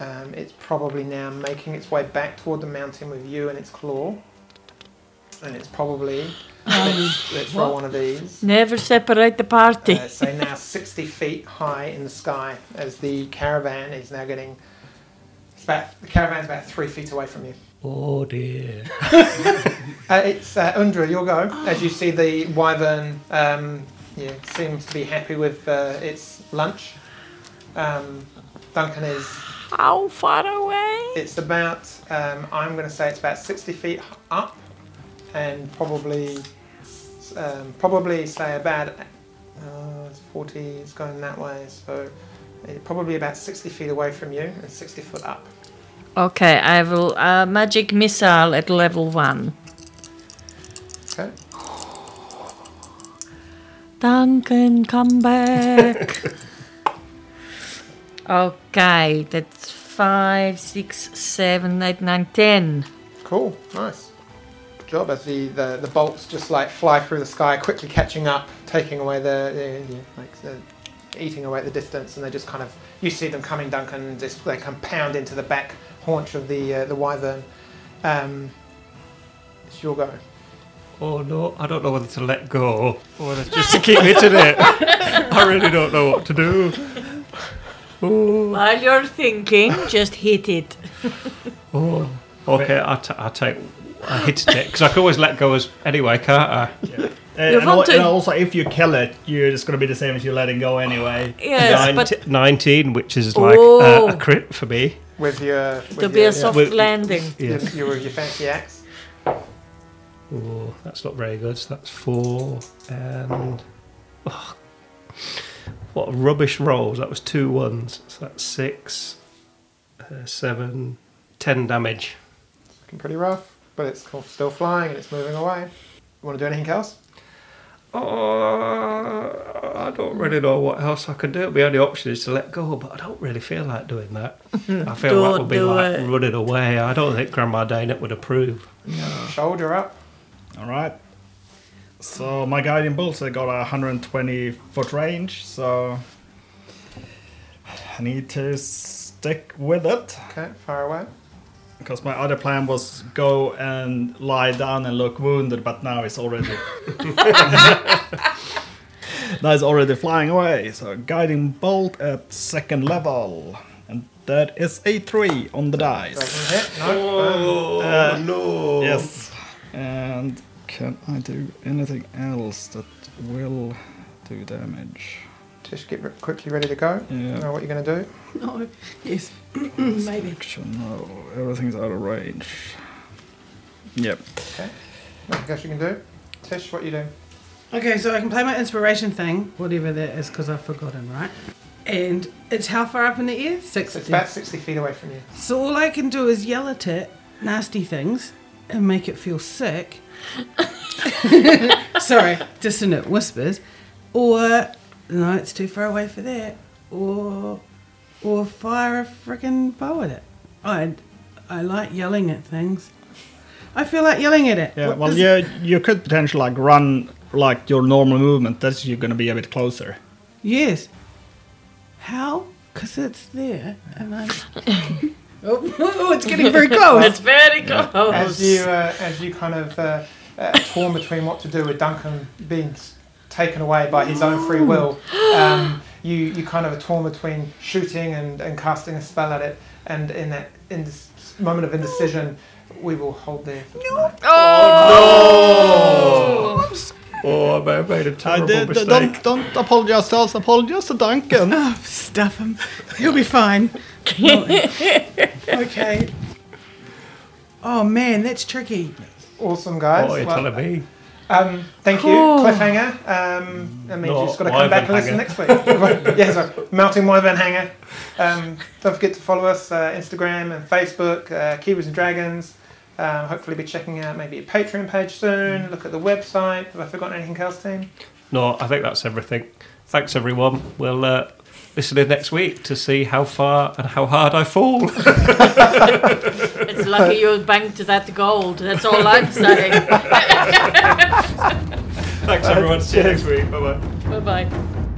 um, it's probably now making its way back toward the mountain with you and its claw. And it's probably. let's let's roll one of these. Never separate the party. Uh, so now 60 feet high in the sky as the caravan is now getting. It's about, the caravan's about three feet away from you. Oh dear. Uh, it's uh, Undra, your go. As you see, the wyvern um, yeah, seems to be happy with uh, its lunch. Um, Duncan is. How far away? It's about. Um, I'm going to say it's about 60 feet up, and probably, um, probably say about uh, it's 40. It's going that way, so it, probably about 60 feet away from you and 60 foot up. Okay, I will uh, magic missile at level one. Okay. Duncan, come back. okay, that's five, six, seven, eight, nine, ten. Cool, nice. Good job as the, the, the bolts just like fly through the sky, quickly catching up, taking away the, the, the like the, eating away at the distance, and they just kind of you see them coming, Duncan. and Just they come pound into the back haunch of the uh, the wyvern. Um, it's your go. Oh no, I don't know whether to let go or whether just to keep hitting it. I really don't know what to do. Oh, While you're thinking, just hit it. oh. Okay, I, t- I take. I hit it because I can always let go as anyway, can't I? Uh, You're and, al- wanting- and also, if you kill it, you're just going to be the same as you letting go anyway. Yes, but 19, which is like Oh. uh, a crit for me. With your with to your, be a soft With- landing. your, Yes. your, with your fancy axe. Oh, that's not very good. So that's four and. oh, what rubbish rolls. That was two ones. So that's six, uh, seven, ten damage. Looking pretty rough, but it's cool- still flying and it's moving away. You want to do anything else? Oh, I don't really know what else I can do. My only option is to let go, but I don't really feel like doing that. I feel that Don't would be do like it. running away. I don't think Grandma Dana would approve. Shoulder up. All right. So my guiding bolts, I got a 120 foot range, so I need to stick with it Okay, far away. because my other plan was go and lie down and look wounded, but now it's already now it's already flying away. So guiding bolt at second level, and that is a three on the dice. Doesn't hit. No. Oh, Uh, no. Yes. And can I do anything else that will do damage? Just get re- quickly ready to go. Yeah. Know what you're going to do? No. Yes. Maybe. Action, no. Everything's out of range. Yep. I guess you can do. Tish, what you doing? Okay, so I can play my inspiration thing, whatever that is, because I've forgotten, right? And it's how far up in the air? Six. So it's about 60 feet away from you. So all I can do is yell at it nasty things and make it feel sick. Sorry, dissonant whispers. Or no, it's too far away for that. Or or fire a freaking bow at it. I I like yelling at things. I feel like yelling at it. Yeah, What well, does- you, you could potentially like run like your normal movement. That's you're gonna be a bit closer. Yes. How? Because it's there, and I'm. oh, oh, it's getting very close. It's very cold. As you, uh, as you kind of uh, uh, torn between what to do with Duncan being s- taken away by his own free will, um, you, you kind of are torn between shooting and, and casting a spell at it. And in that in this moment of indecision, we will hold there. For tonight. Oh, Oh, I made a I terrible did, mistake. don't, don't apologize to us, apologize to Duncan. Oh, stuff him. He'll be fine. okay. Oh man, that's tricky. Awesome, guys. Oh, you're Well, telling me. Um, thank you, Cool. cliffhanger. Um, that means No, you've just got to my come back and Van listen next week. yeah, sorry. Melting My Van Hanger. Um, don't forget to follow us uh, Instagram and Facebook, uh, Kiwis and Dragons. Um, hopefully, be checking out maybe a Patreon page soon. Look at the website. Have I forgotten anything else, team? No, I think that's everything. Thanks, everyone. We'll uh, listen in next week to see how far and how hard I fall. it's lucky you banked that gold. That's all I'm saying. Thanks, everyone. See you next week. Bye bye. bye bye.